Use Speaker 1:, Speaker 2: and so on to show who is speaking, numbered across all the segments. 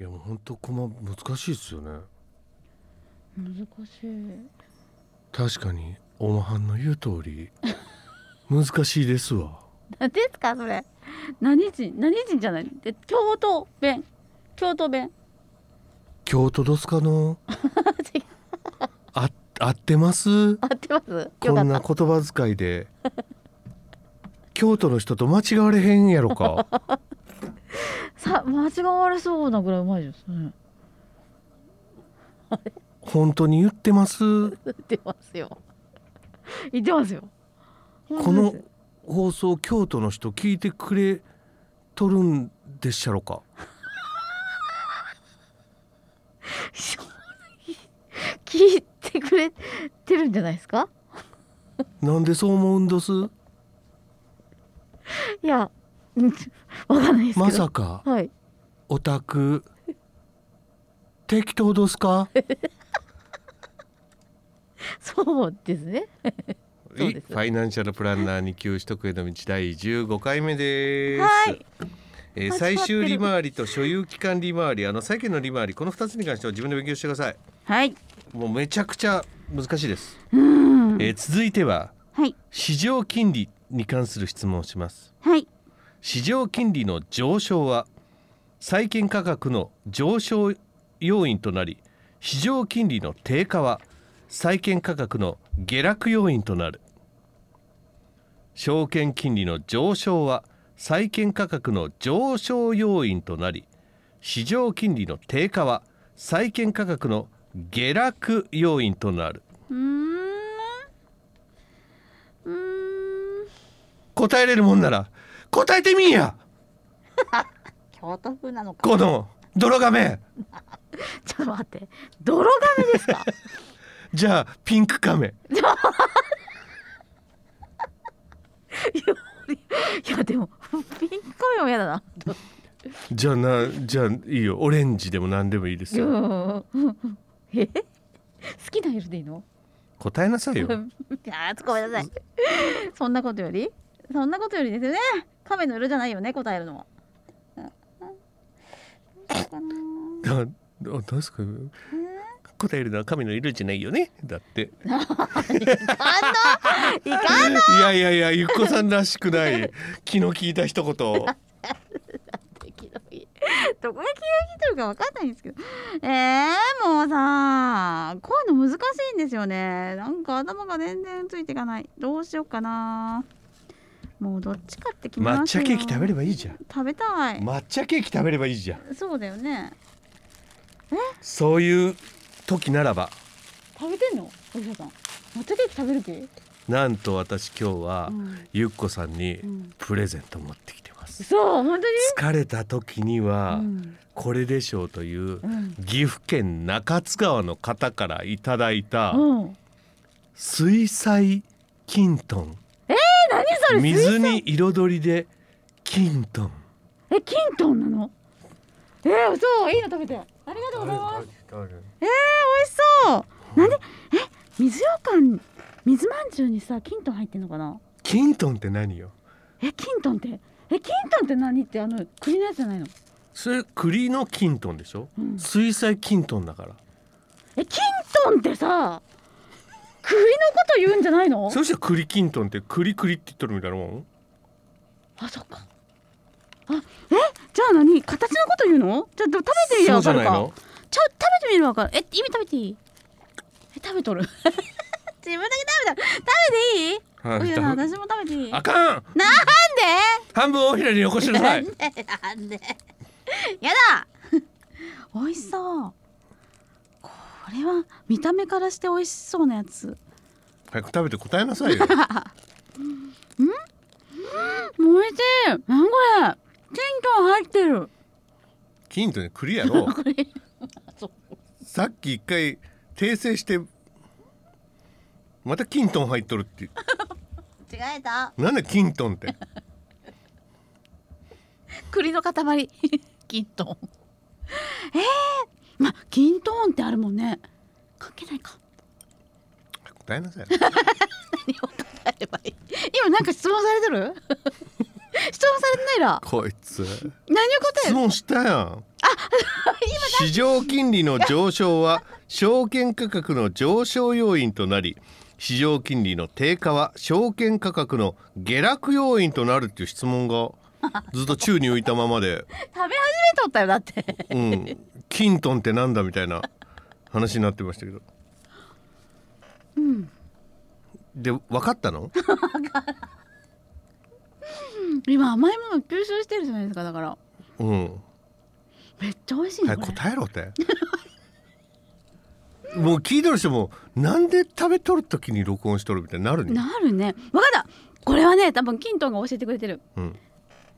Speaker 1: いやもう本当駒難しいですよね
Speaker 2: 難しい
Speaker 1: 確かにおまはんの言う通り 難しいですわ
Speaker 2: 何ですかそれ何人何人じゃないで京都弁京都弁
Speaker 1: 京都どすかの
Speaker 2: 違う
Speaker 1: あ合ってます
Speaker 2: 合ってますよ
Speaker 1: こ
Speaker 2: か
Speaker 1: ん
Speaker 2: っ
Speaker 1: な
Speaker 2: た
Speaker 1: 言葉遣いで京都の人と間違われへんやろか
Speaker 2: さ間違われそうなぐらいうまいですね
Speaker 1: 本当に言ってます
Speaker 2: 言ってますよ言ってますよ
Speaker 1: この放送京都の人聞いてくれとるんでっしゃろか
Speaker 2: 正直聞いてくれてるんじゃないですか
Speaker 1: なんでそう思うんどす
Speaker 2: いやうんわかんないですけど
Speaker 1: まさか
Speaker 2: はい
Speaker 1: オタク適当どすか
Speaker 2: そうですねそう
Speaker 1: い
Speaker 2: です
Speaker 1: ファイナンシャルプランナーに給食への道第15回目です。
Speaker 2: はい
Speaker 1: えー
Speaker 2: 始まって
Speaker 1: 最
Speaker 2: る
Speaker 1: 終利回りと所有期間利回りあの債券の利回りこの2つに関しては自分で勉強してください
Speaker 2: はい
Speaker 1: もうめちゃくちゃ難しいです、
Speaker 2: うーん
Speaker 1: えー続いては
Speaker 2: はい
Speaker 1: 市場金利に関する質問をします
Speaker 2: はい
Speaker 1: 市場金利の上昇は債券価格の上昇要因となり市場金利の低下は債券価格の下落要因となる証券金利の上昇は債券価格の上昇要因となり市場金利の低下は債券価格の下落要因となる
Speaker 2: うーんうーん
Speaker 1: 答えれるもんなら答えてみんや
Speaker 2: 京都風なのか
Speaker 1: この泥亀
Speaker 2: ちょっと待って泥亀ですか
Speaker 1: じゃあピンク亀
Speaker 2: いやでもピンク亀も嫌だな
Speaker 1: じゃあなじゃあいいよオレンジでも何でもいいですよ
Speaker 2: うんえ好きな色でいいの
Speaker 1: 答えなさいよ
Speaker 2: あーごめんなさいそんなことよりそんなことよりですよね亀の色じゃないよね答えるのはうんうん
Speaker 1: あ
Speaker 2: どうしようかな
Speaker 1: あどうですか答えるのは神の色じゃないよねだって
Speaker 2: いかんのいか ん
Speaker 1: いやいやいやゆっこさんらしくない気の利いた一言
Speaker 2: って気の利いどこが気が利いてるかわかんないんですけどえー、もうさこういうの難しいんですよねなんか頭が全然ついていかないどうしようかなもうどっちかって決め
Speaker 1: 抹
Speaker 2: ます
Speaker 1: 茶
Speaker 2: よ
Speaker 1: ケーキ食べればいいじゃん
Speaker 2: 食べたい、
Speaker 1: 抹茶ケーキ食べればいいじゃん
Speaker 2: そうだよね
Speaker 1: そういう時ならば
Speaker 2: 食べてんのおじさん抹茶ケーキ食べる気
Speaker 1: なんと私今日は
Speaker 2: うん
Speaker 1: ゆっこさんに
Speaker 2: うん
Speaker 1: プレゼント持ってきてます
Speaker 2: そう本当に
Speaker 1: 疲れた時に
Speaker 2: う
Speaker 1: は
Speaker 2: ん
Speaker 1: これでしょうという
Speaker 2: うん
Speaker 1: 岐阜県中津川の方からいただいた
Speaker 2: うん
Speaker 1: 水彩キントン
Speaker 2: え何それ
Speaker 1: 水に彩りでキントン
Speaker 2: えキントンなのえー、そういいの食べてありがとうございます美味しそう。なんで、え、水羊羹、水饅頭にさ、キントン入ってんのかな。
Speaker 1: キントンって何よ
Speaker 2: え、キントンって、え、キントンって何って、あの、栗のやつじゃないの。
Speaker 1: それ栗のキントンでしょ、
Speaker 2: うん
Speaker 1: 水彩キントンだから
Speaker 2: え、キントンってさ。栗のこと言うんじゃないの。
Speaker 1: そしたら栗キントンって栗栗って言っとるみたいなもん
Speaker 2: あ、そっか。あ、え、じゃあ、何、形のこと言うの。じゃあ、でも食べてみりゃ
Speaker 1: そう
Speaker 2: わ
Speaker 1: じ
Speaker 2: か
Speaker 1: ゃ
Speaker 2: る
Speaker 1: ない
Speaker 2: か
Speaker 1: の。
Speaker 2: ちょ、食べてみるわかる。え、意味食べていい。え、食べとる。 自分だけ食べた。食べていい。
Speaker 1: はい
Speaker 2: おいや
Speaker 1: 食べ
Speaker 2: 私も食べていい。
Speaker 1: あかん
Speaker 2: なんで。
Speaker 1: 半分大平によこしなさい
Speaker 2: なんでなんでやだ美味しそうこれは見た目からして美味しそうなやつ
Speaker 1: 早く食べて答えなさいよ
Speaker 2: もう美味しいなんこれキントン入ってる
Speaker 1: キントンって栗やろ
Speaker 2: これ
Speaker 1: さっき一回訂正してまたキントン入っとるって
Speaker 2: 違えた
Speaker 1: なんでキントンって
Speaker 2: 栗の塊 キントンえー、まキントーンってあるもんね関係ないか
Speaker 1: 答えなさい
Speaker 2: 何を答えればいい今なんか質問されて る質問されてないら
Speaker 1: こいつ
Speaker 2: 何を答え
Speaker 1: 質
Speaker 2: る
Speaker 1: 問したやん
Speaker 2: い
Speaker 1: 市場金利の上昇は証券価格の上昇要因となり市場金利の低下は証券価格の下落要因となるっていう質問がずっと宙に浮いたままで、
Speaker 2: べ始めとったよだって
Speaker 1: うん、キントンってなんだみたいな話になってましたけど。で分かったの
Speaker 2: 今甘いものを吸収してるじゃないですかだから
Speaker 1: うん
Speaker 2: めっちゃ美味しいね
Speaker 1: 早
Speaker 2: こ
Speaker 1: く
Speaker 2: れ
Speaker 1: 答えろってもう聞いてる人もなんで食べとる時に録音しとるみたいになるに、
Speaker 2: なるねわかったこれはね多分キントンが教えてくれてる
Speaker 1: うん、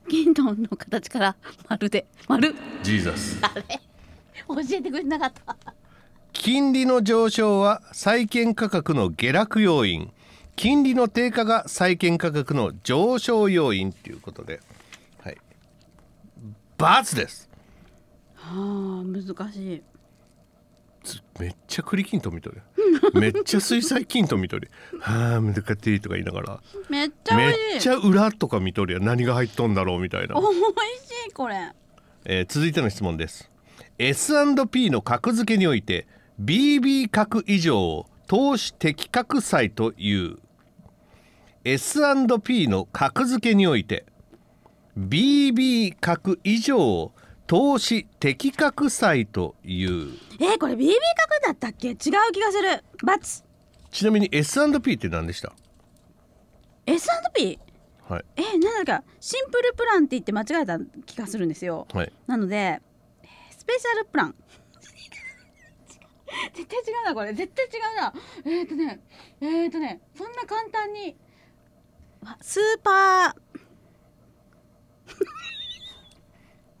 Speaker 2: キントンの形からまるでまる
Speaker 1: ジーザス
Speaker 2: あれ教えてくれなかった
Speaker 1: 金利の上昇は債券価格の下落要因金利の低下が債券価格の上昇要因ということではいバツです
Speaker 2: あー難しい
Speaker 1: つめっちゃ栗きんとん見とるめっちゃ水彩きんとん見とるはあ難しいとか言いながら
Speaker 2: めっちゃ美
Speaker 1: めっ
Speaker 2: 味しい
Speaker 1: ちゃ裏とか見とるやん何が入っとんだろうみたいな
Speaker 2: 美味しいこれ
Speaker 1: えー続いての質問です S&P の格付けにおいて BB 格以上を投資適格債という S&P の格付けにおいて BB 格以上を投資適格債という
Speaker 2: えー、これ BB 角だったっけ違う気がするバツ
Speaker 1: ちなみに S&P って何でした
Speaker 2: S&P
Speaker 1: はい
Speaker 2: えー、なんだっけシンプルプランって言って間違えた気がするんですよ
Speaker 1: はい
Speaker 2: なのでえースペシャルプラン 違う絶対違うなこれ絶対違うなえっ、ー、とねえっ、ー、とねそんな簡単にわスーパー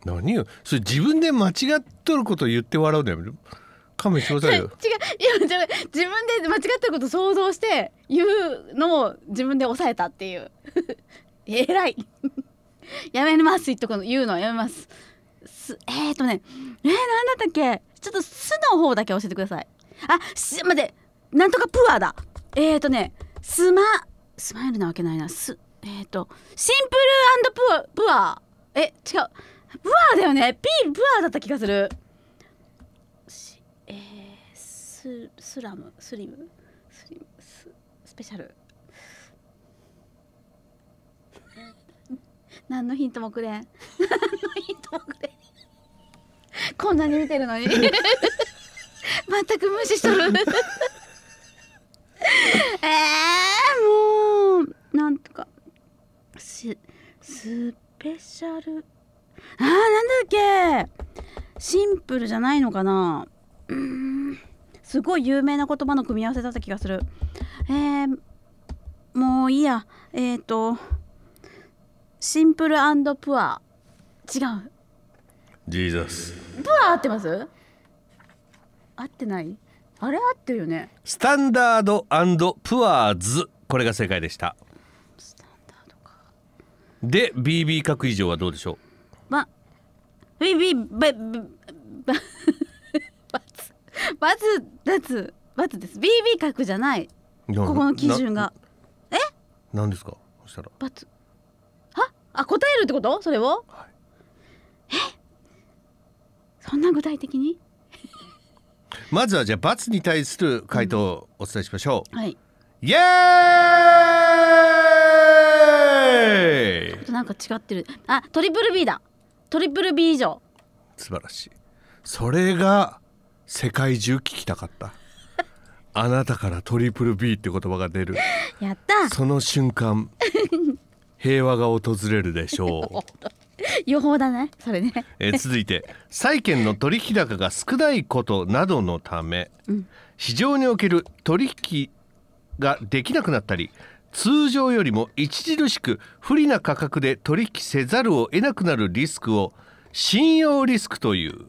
Speaker 1: 何よそれ自分で間違っとることを言って笑うのやめる勘弁してください
Speaker 2: 違う
Speaker 1: よ
Speaker 2: いやじゃあ自分で間違ってることを想像して言うのを自分で抑えたっていう 偉い やめます言っとくの言うのはやめますすえっ、ー、とねえー、なんだったっけちょっと「す」の方だけ教えてくださいあし待ってなんとかプアだえっ、ー、とねスマスマイルなわけないなすえっ、ー、とシンプルプアプアえ違うプアだよね P プアだった気がするしえー、ススラムスリムスリムススペシャル 何のヒントもくれん何のヒントもくれんこんなに見てる のに全く無視しとる えー、もうなんとかしスペシャルあーなんだっけシンプルじゃないのかなうーんすごい有名な言葉の組み合わせだった気がするえー、もういいやえっ、ー、とシンプルプア違う
Speaker 1: ジーザス
Speaker 2: プア合ってます合ってないあれ合ってるよね
Speaker 1: スタンダードプアーズこれが正解でした
Speaker 2: スタンダードか
Speaker 1: で BB 角以上はどうでしょ
Speaker 2: まビビババババツバツバツバツです BB 角じゃないうここの基準が
Speaker 1: 何ですかそしたら
Speaker 2: バツはあ答えるってことそれを、
Speaker 1: はい
Speaker 2: えそんな具体的に
Speaker 1: まずはじゃあ罰に対する回答をお伝えしましょう、
Speaker 2: はい
Speaker 1: イエーイ
Speaker 2: なんか違ってるあトリプル B だトリプル B 以上
Speaker 1: 素晴らしいそれが世界中聞きたかったあなたからトリプル B って言葉が出る
Speaker 2: やった
Speaker 1: その瞬間平和が訪れるでしょう
Speaker 2: 予報だねそれね
Speaker 1: えー続いて債券の取引高が少ないことなどのため、
Speaker 2: うん
Speaker 1: 市場における取引ができなくなったり通常よりも著しく不利な価格で取引せざるを得なくなるリスクを信用リスクという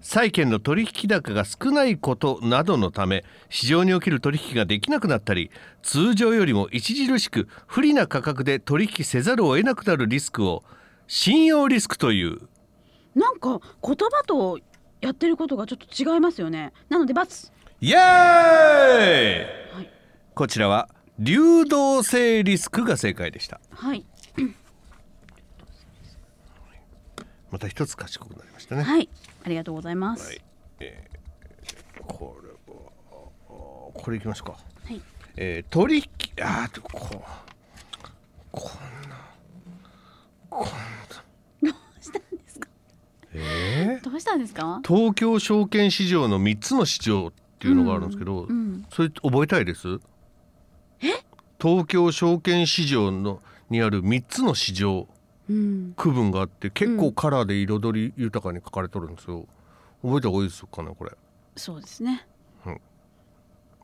Speaker 1: 債券の取引高が少ないことなどのため市場における取引ができなくなったり通常よりも著しく不利な価格で取引せざるを得なくなるリスクを信用リスクという
Speaker 2: なんか言葉とやってることがちょっと違いますよねなのでバツ
Speaker 1: イエーイ、
Speaker 2: はい
Speaker 1: こちらは流動性リスクが正解でした、
Speaker 2: はい
Speaker 1: また一つ賢くなりましたね。
Speaker 2: はいありがとうございます、
Speaker 1: はいえーこれはあーこれいきますか。
Speaker 2: はい
Speaker 1: えー、取引あーここんなこんな
Speaker 2: どうしたんですか
Speaker 1: えー
Speaker 2: どうしたんですか
Speaker 1: 東京証券市場の三つの市場っていうのがあるんですけど、
Speaker 2: うん
Speaker 1: それ覚えたいです東京証券市場のにある三つの市場
Speaker 2: うん
Speaker 1: 区分があって結構カラーで彩り豊かに書かれてるんですよ覚えた方がいいですかねこれ
Speaker 2: そうですね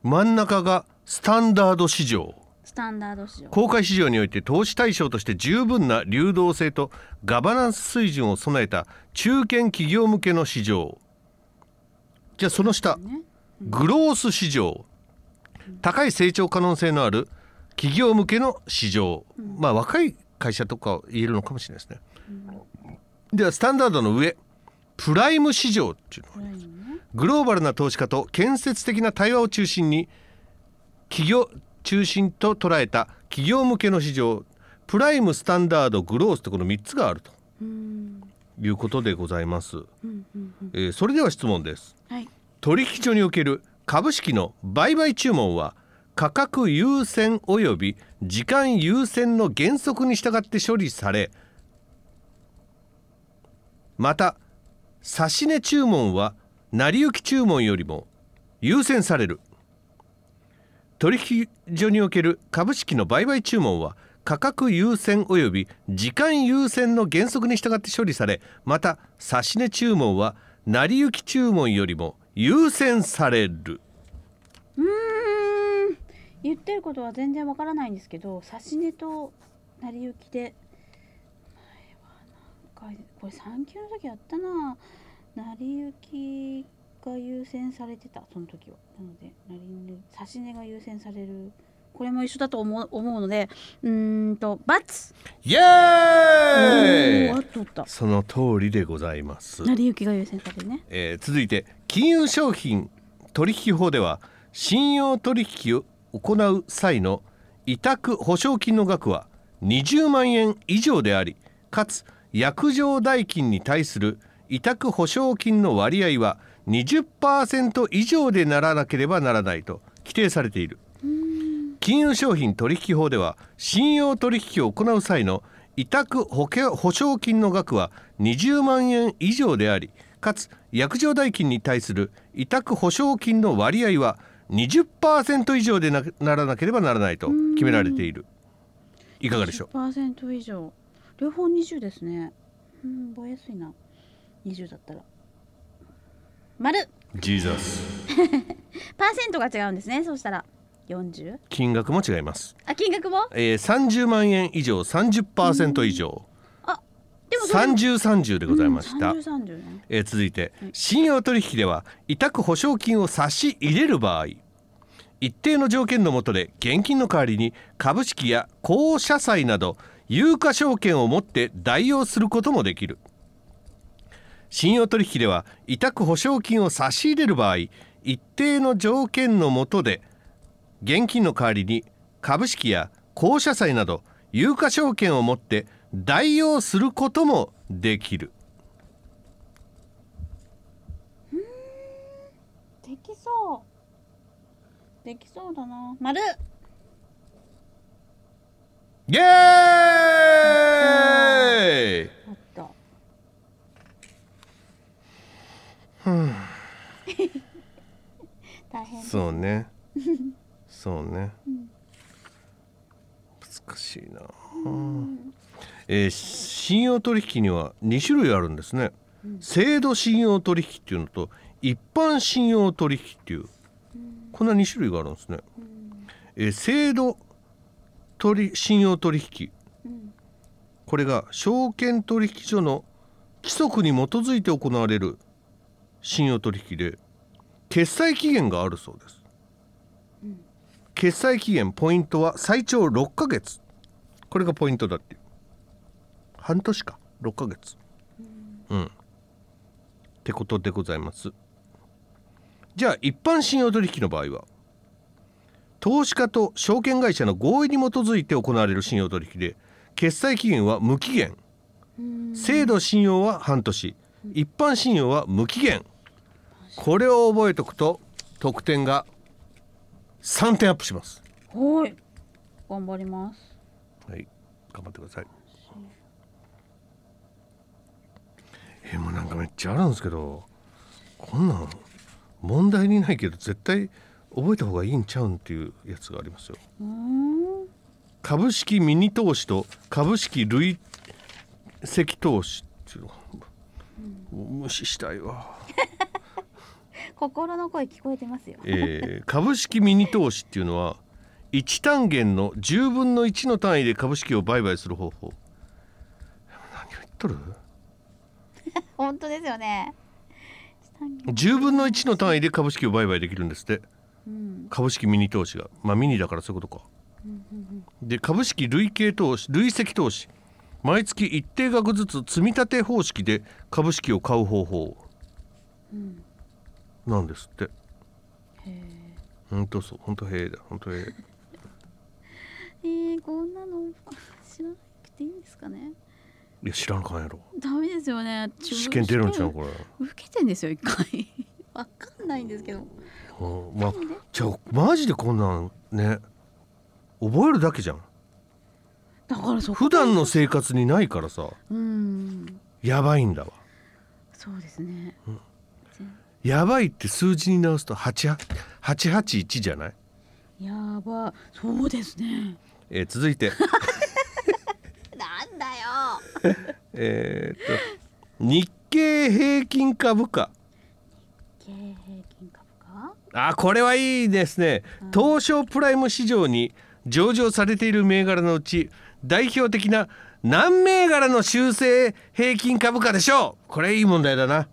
Speaker 1: 真ん中がスタンダード市場
Speaker 2: スタンダード市場
Speaker 1: 公開市場において投資対象として十分な流動性とガバナンス水準を備えた中堅企業向けの市場じゃあその下
Speaker 2: ね
Speaker 1: グロース市場高い成長可能性のある企業向けの市場まあ若い会社とかを言えるのかもしれないですねではスタンダードの上プライム市場っていうの
Speaker 2: これにね
Speaker 1: グローバルな投資家と建設的な対話を中心に企業中心と捉えた企業向けの市場プライムスタンダードグロースとこの3つがあると
Speaker 2: うん
Speaker 1: いうことでございます、
Speaker 2: うんうんうん
Speaker 1: えーそれでは質問です
Speaker 2: はい
Speaker 1: 取引所における株式の売買注文は価格優先及び時間優先の原則に従って処理されまた指値注文は成り行き注文よりも優先される取引所における株式の売買注文は価格優先及び時間優先の原則に従って処理されまた指値注文は成り行き注文よりも優先される
Speaker 2: うーん言ってることは全然わからないんですけど指値と成り行きで前はなんかこれ産休の時やったな成り行きが優先されてたその時はなので成り指値が優先されるこれも一緒だと思う思うのでうーんと×
Speaker 1: イエ
Speaker 2: おー
Speaker 1: ー
Speaker 2: あ
Speaker 1: イ
Speaker 2: とった
Speaker 1: その通りでございます、
Speaker 2: 成り行きが優先されるね
Speaker 1: えー続いて金融商品取引法では信用取引を行う際の委託保証金の額は20万円以上でありかつ約定代金に対する委託保証金の割合は20%以上でならなければならないと規定されている金融商品取引法では信用取引を行う際の委託保険保証金の額は20万円以上でありかつ約定代金に対する委託保証金の割合は20%以上でなならなければならないと決められているいかがでしょう
Speaker 2: 10%以上両方20ですねうん覚えやすいな20だったら丸
Speaker 1: ジーザス
Speaker 2: パーセントが違うんですねそうしたら 40?
Speaker 1: 金額も違います、
Speaker 2: あ金額も
Speaker 1: えー、30万円以上30%以上
Speaker 2: でもそれ
Speaker 1: 3030でございました、
Speaker 2: うん、3030ね
Speaker 1: えー続いて信用取引では委託保証金を差し入れる場合一定の条件の下で現金の代わりに株式や公社債など有価証券を持って代用することもできる信用取引では委託保証金を差し入れる場合一定の条件の下で現金の代わりに株式や公社債など有価証券を持って代用することもできる
Speaker 2: できそうできそうだな丸
Speaker 1: イエーイ
Speaker 2: あった大変
Speaker 1: そうねそうね、
Speaker 2: ん
Speaker 1: 難しいな、えー信用取引には2種類あるんですね、制度信用取引っていうのと一般信用取引っていうこんな2種類があるんですね、えー制度取り信用取引
Speaker 2: うん
Speaker 1: これが証券取引所の規則に基づいて行われる信用取引で決済期限があるそうです、決済期限ポイントは最長6ヶ月これがポイントだっていう半年か6ヶ月うん、ってことでございますじゃあ一般信用取引の場合は投資家と証券会社の合意に基づいて行われる信用取引で決済期限は無期限制度信用は半年一般信用は無期限これを覚えておくと得点が3点アップします
Speaker 2: はい頑張ります
Speaker 1: はい頑張ってくださいえーもうなんかめっちゃあるんですけどこんなん問題にないけど絶対覚えた方がいいんちゃうんっていうやつがありますよ
Speaker 2: うーん
Speaker 1: 株式ミニ投資と株式累積投資っていうのもう無視したいわ、
Speaker 2: 心の声聞こえてますよ
Speaker 1: えー株式ミニ投資っていうのは1単元の10分の1の単位で株式を売買する方法何を言っとる
Speaker 2: 本当ですよね
Speaker 1: 10分の1の単位で株式を売買できるんですって
Speaker 2: うん
Speaker 1: 株式ミニ投資がまあミニだからそういうことかで株式累計投資累積投資毎月一定額ずつ積み立て方式で株式を買う方法
Speaker 2: うん
Speaker 1: なんですって
Speaker 2: へ
Speaker 1: 本当そう本当へえだ本当へえ
Speaker 2: えー、こんなの知らなくていいんですかね
Speaker 1: いや知らんかんやろ
Speaker 2: ダメですよね
Speaker 1: 試験出るんちゃうこれ、
Speaker 2: 受けてんですよ一回 わかんないんですけど
Speaker 1: うん、まあじゃあマジでこんなんね覚えるだけじゃん
Speaker 2: だからそこ
Speaker 1: 普段の生活にないからさ
Speaker 2: うん
Speaker 1: やばいんだわ
Speaker 2: そうですね、
Speaker 1: やばいって数字に直すと8 881じゃない
Speaker 2: やばそうですね
Speaker 1: えー続いて、
Speaker 2: なんだよ
Speaker 1: えーっと日経平均株価
Speaker 2: 経平均株価
Speaker 1: あこれはいいですね東証プライム市場に上場されている銘柄のうち代表的な何銘柄の修正平均株価でしょうこれいい問題だな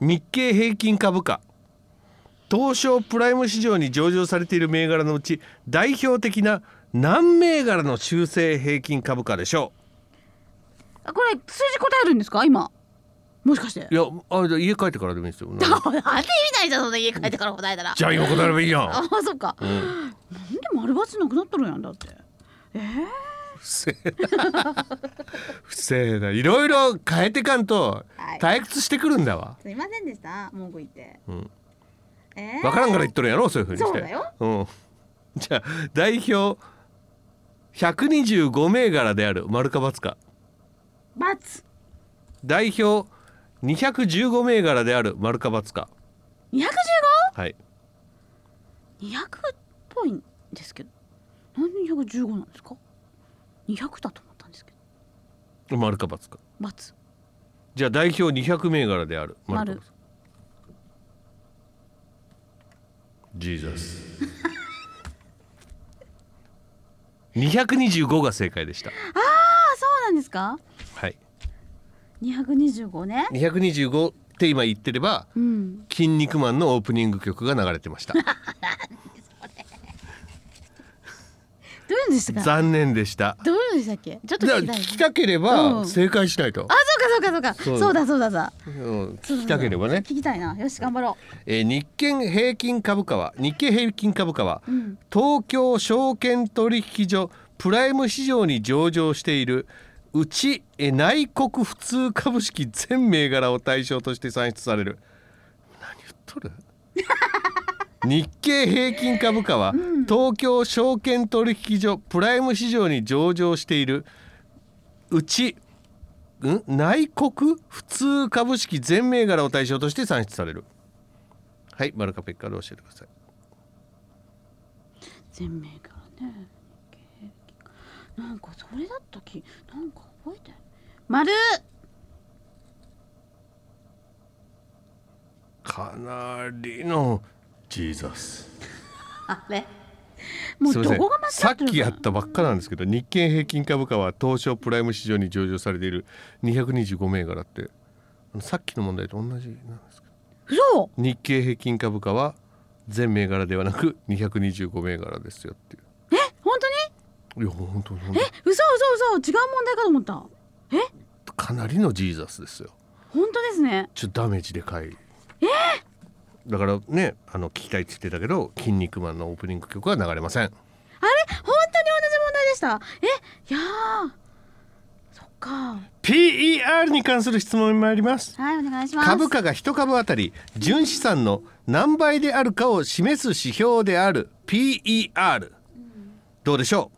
Speaker 1: 日経平均株価東証プライム市場に上場されている銘柄のうち代表的な何銘柄の修正平均株価でしょ
Speaker 2: あこれ数字答えるんですか今もしかして
Speaker 1: ういやあじゃあ家帰ってからでもいいですよ
Speaker 2: あ当てみたいじゃんそんな家帰ってから答えたら
Speaker 1: じゃあ今答えればいいやん
Speaker 2: あそっか、なんで丸バツなくなったるんやんだって
Speaker 1: 不正な不正ないろいろ変えてかんと
Speaker 2: はい
Speaker 1: 退屈してくるんだわ、
Speaker 2: すいませんでした文句言って、
Speaker 1: ん
Speaker 2: えー
Speaker 1: 分からんから言っとるやろそういうふうにして
Speaker 2: そうだよ
Speaker 1: うん、じゃあ代表125銘柄である丸か×か
Speaker 2: バツ
Speaker 1: 代表215銘柄である丸か×か
Speaker 2: 215?200
Speaker 1: はい
Speaker 2: っぽいんですけどなんで215なんですか200だと思ったんですけど
Speaker 1: 丸か×か
Speaker 2: バツ
Speaker 1: じゃあ代表200銘柄である丸か×かジーザス225が正解でした
Speaker 2: あそうなんですか
Speaker 1: はい
Speaker 2: 225ね
Speaker 1: 225って今言ってれば
Speaker 2: うん
Speaker 1: 「筋肉マン」のオープニング曲が流れてました
Speaker 2: どういうんですか
Speaker 1: 残念でした
Speaker 2: どういうんでしたっけちょっと
Speaker 1: じゃあ
Speaker 2: 聞き
Speaker 1: 聞
Speaker 2: たい
Speaker 1: きたければ
Speaker 2: うん
Speaker 1: 正解しないと
Speaker 2: あ、、そうかそうかそう
Speaker 1: そう
Speaker 2: か。そうだそうだそうだ。
Speaker 1: うん聞きたければね、
Speaker 2: 聞きたいな。よし頑張ろ
Speaker 1: えー日経平均株価は日経平均株価は
Speaker 2: う。うん。
Speaker 1: 東京証券取引所プライム市場に上場しているうちえー内国普通株式全銘柄を対象として算出される何言っと る日経平均株価は東京証券取引所プライム市場に上場しているうちん内国普通株式全銘柄を対象として算出されるはいマルカペッカーで教えてください
Speaker 2: 全名からね。なんかそれだったき、なんか覚えてる。丸。
Speaker 1: かなりのジーザス
Speaker 2: あれ。もう
Speaker 1: すいま
Speaker 2: ど
Speaker 1: せん
Speaker 2: こが間違
Speaker 1: さって
Speaker 2: る
Speaker 1: きやったばっかなんですけど日経平均株価は東証プライム市場に上場されている225銘柄ってさっきの問題と同じなんですけど
Speaker 2: 嘘。
Speaker 1: 日経平均株価は全銘柄ではなく225銘柄ですよってい
Speaker 2: 本当に？
Speaker 1: ういや本当に本
Speaker 2: え、嘘嘘嘘。違う問題かと思った。
Speaker 1: 当かなりのジーザスですよ
Speaker 2: 本当ですね。
Speaker 1: ちょっとダメージでかいだからねあの聞きたいって言ってたけど「筋肉マン」のオープニング曲は流れません
Speaker 2: あれ、本当に同じ問題でした。え、いやー。そっか
Speaker 1: PER に関する質問に参ります
Speaker 2: はいお願いします
Speaker 1: 株価が一株当たり純資産の何倍であるかを示す指標である PER どうでしょう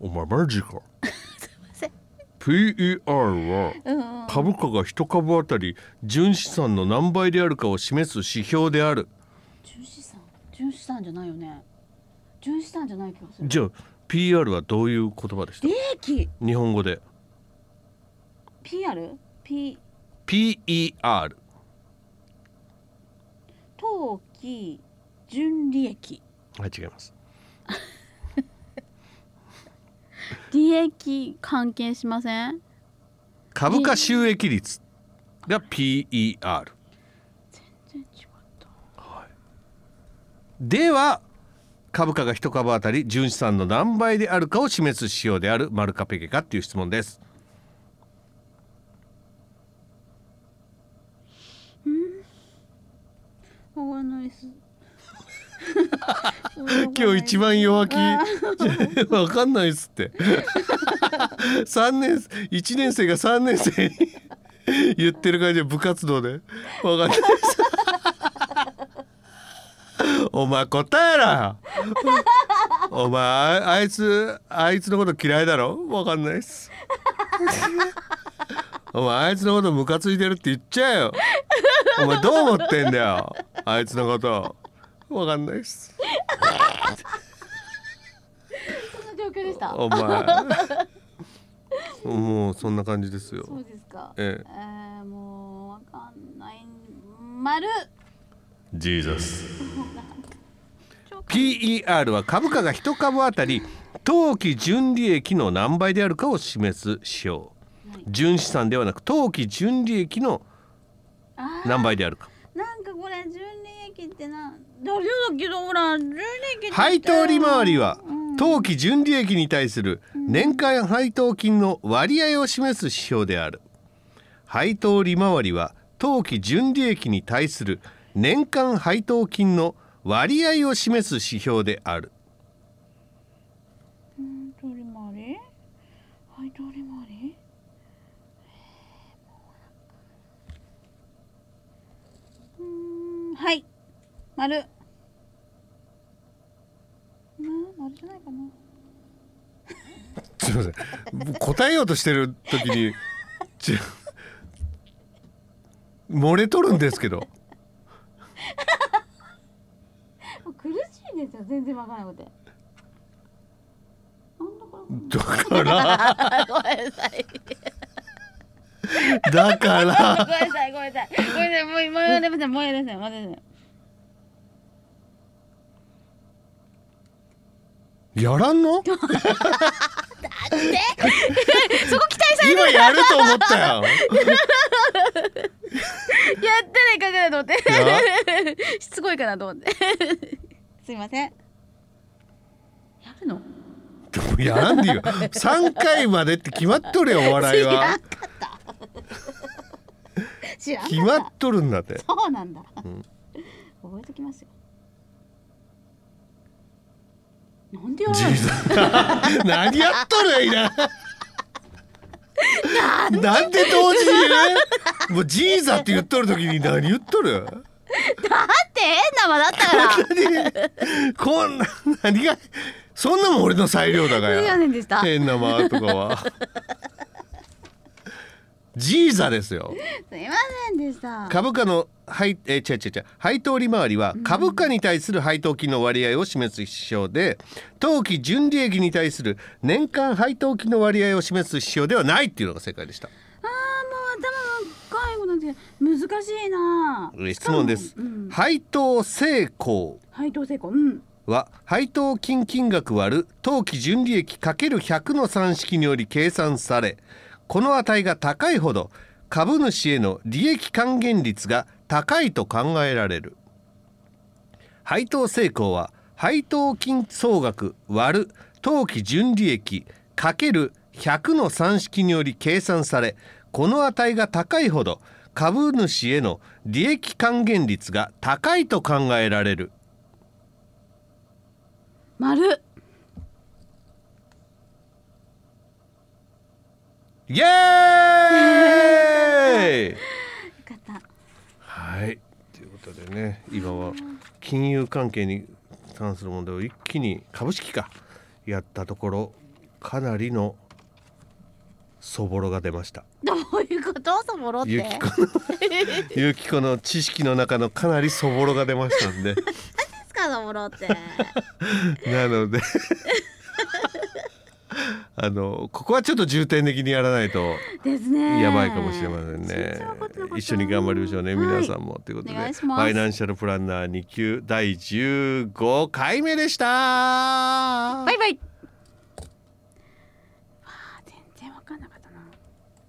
Speaker 1: お前マジか
Speaker 2: せん
Speaker 1: PER は
Speaker 2: うんうん
Speaker 1: 株価が一株当たり純資産の何倍であるかを示す指標である
Speaker 2: 純資産純資産じゃないよね純資産じゃない気がする
Speaker 1: じゃあ PR はどういう言葉でした
Speaker 2: 利益
Speaker 1: 日本語で
Speaker 2: PR?P
Speaker 1: PER
Speaker 2: 当期純利益
Speaker 1: はい違います
Speaker 2: 利益関係しません
Speaker 1: 株価収益率が PER
Speaker 2: 全然違った
Speaker 1: では株価が一株当たり純資産の何倍であるかを示す指標であるマルカペケかっていう質問です
Speaker 2: わかんないです
Speaker 1: 今日一番弱気 わかんないっすって三年一年生が3年生に 言ってる感じで部活動でわかんないっす お前答えろお前ああいつあいつのこと嫌いだろわかんないっすお前あいつのことムカついてるって言っちゃえよお前どう思ってんだよあいつのことわかんないっす
Speaker 2: そんな状況でした
Speaker 1: お前もうそんな感じですよ
Speaker 2: そうですか
Speaker 1: ええ
Speaker 2: えー、もうわかんない丸
Speaker 1: ジーザス PER は株価が一株当たり当期純利益の何倍であるかを示す指標純資産ではなく当期純利益の
Speaker 2: あー
Speaker 1: 何倍であるか
Speaker 2: なんかこれ純利益ってなだだけどほら純利益って
Speaker 1: 配当利回りは
Speaker 2: うん
Speaker 1: 当期純利益に対する年間配当金の割合を示す指標である配当利回りは当期純利益に対する年間配当金の割合を示す指標である
Speaker 2: 取り回りはい取り回りえーもうわかんないうーんはい丸まあ丸じゃないか
Speaker 1: す
Speaker 2: な
Speaker 1: いません答えようとしてる時にちょ漏れとるんですけど
Speaker 2: もう苦しいですよ全然わからなくてなんだこ
Speaker 1: だから
Speaker 2: れごめんなさい
Speaker 1: だから
Speaker 2: ごめんなさいごめんなさいごめんなさいもう今やりませんもうやりませんもうやりません
Speaker 1: やらん の
Speaker 2: そこ期待され
Speaker 1: 今やると思ったよ
Speaker 2: やってないかなと思って。しつこいかなと思って。すいません。やるの。
Speaker 1: でもやらんでいいよ3回までって決まっとるよお笑い
Speaker 2: 知ら
Speaker 1: は
Speaker 2: んかった。知らんか
Speaker 1: 決ま
Speaker 2: っ。
Speaker 1: ったとるんだって
Speaker 2: そうなんだ。
Speaker 1: ん
Speaker 2: 覚えときますよ。なんでやら
Speaker 1: じ
Speaker 2: ないい
Speaker 1: さ ん何やっとるやいななんで同時に言うもうじいさんって言っとる時に何言っとる
Speaker 2: だって変な間だっ たから。す
Speaker 1: 何こんな何がそんなもん俺の裁量だか
Speaker 2: みま
Speaker 1: ら
Speaker 2: せんでした。す
Speaker 1: 変な間とかはじいさですよ
Speaker 2: いませんでした。
Speaker 1: 株価の配えー違う違う違う配当利回りは株価に対する配当金の割合を示す指標で当期純利益に対する年間配当金の割合を示す指標ではないっていうのが正解でした
Speaker 2: ああもう頭が深いことで難しいな。
Speaker 1: えー質問です
Speaker 2: しかもうん、
Speaker 1: 配当成功
Speaker 2: 配当成功。うん。
Speaker 1: は配当金金額割る当期純利益 ×100 の算式により計算されこの値が高いほど株主への利益還元率が高いと考えられる配当成功は配当金総額割る当期純利益 ×100 の算式により計算されこの値が高いほど株主への利益還元率が高いと考えられる
Speaker 2: 丸。
Speaker 1: イエーイ
Speaker 2: かった
Speaker 1: はいということでね今は金融関係に関する問題を一気に株式かやったところかなりのそぼろが出ました
Speaker 2: どういう ことそぼろって
Speaker 1: ゆきこのゆきこの知識の中のかなりそぼろが出ましたんで
Speaker 2: ですかそぼろって
Speaker 1: なのであのここはちょっと重点的にやらないと
Speaker 2: ですね
Speaker 1: やばいかもしれません
Speaker 2: そ
Speaker 1: ね
Speaker 2: っちのことのこと
Speaker 1: 一緒に頑張りましょうね、
Speaker 2: はい
Speaker 1: 皆さんもということで
Speaker 2: お願い
Speaker 1: フ
Speaker 2: します
Speaker 1: ァイナンシャルプランナー2級第15回目でした
Speaker 2: バイバイ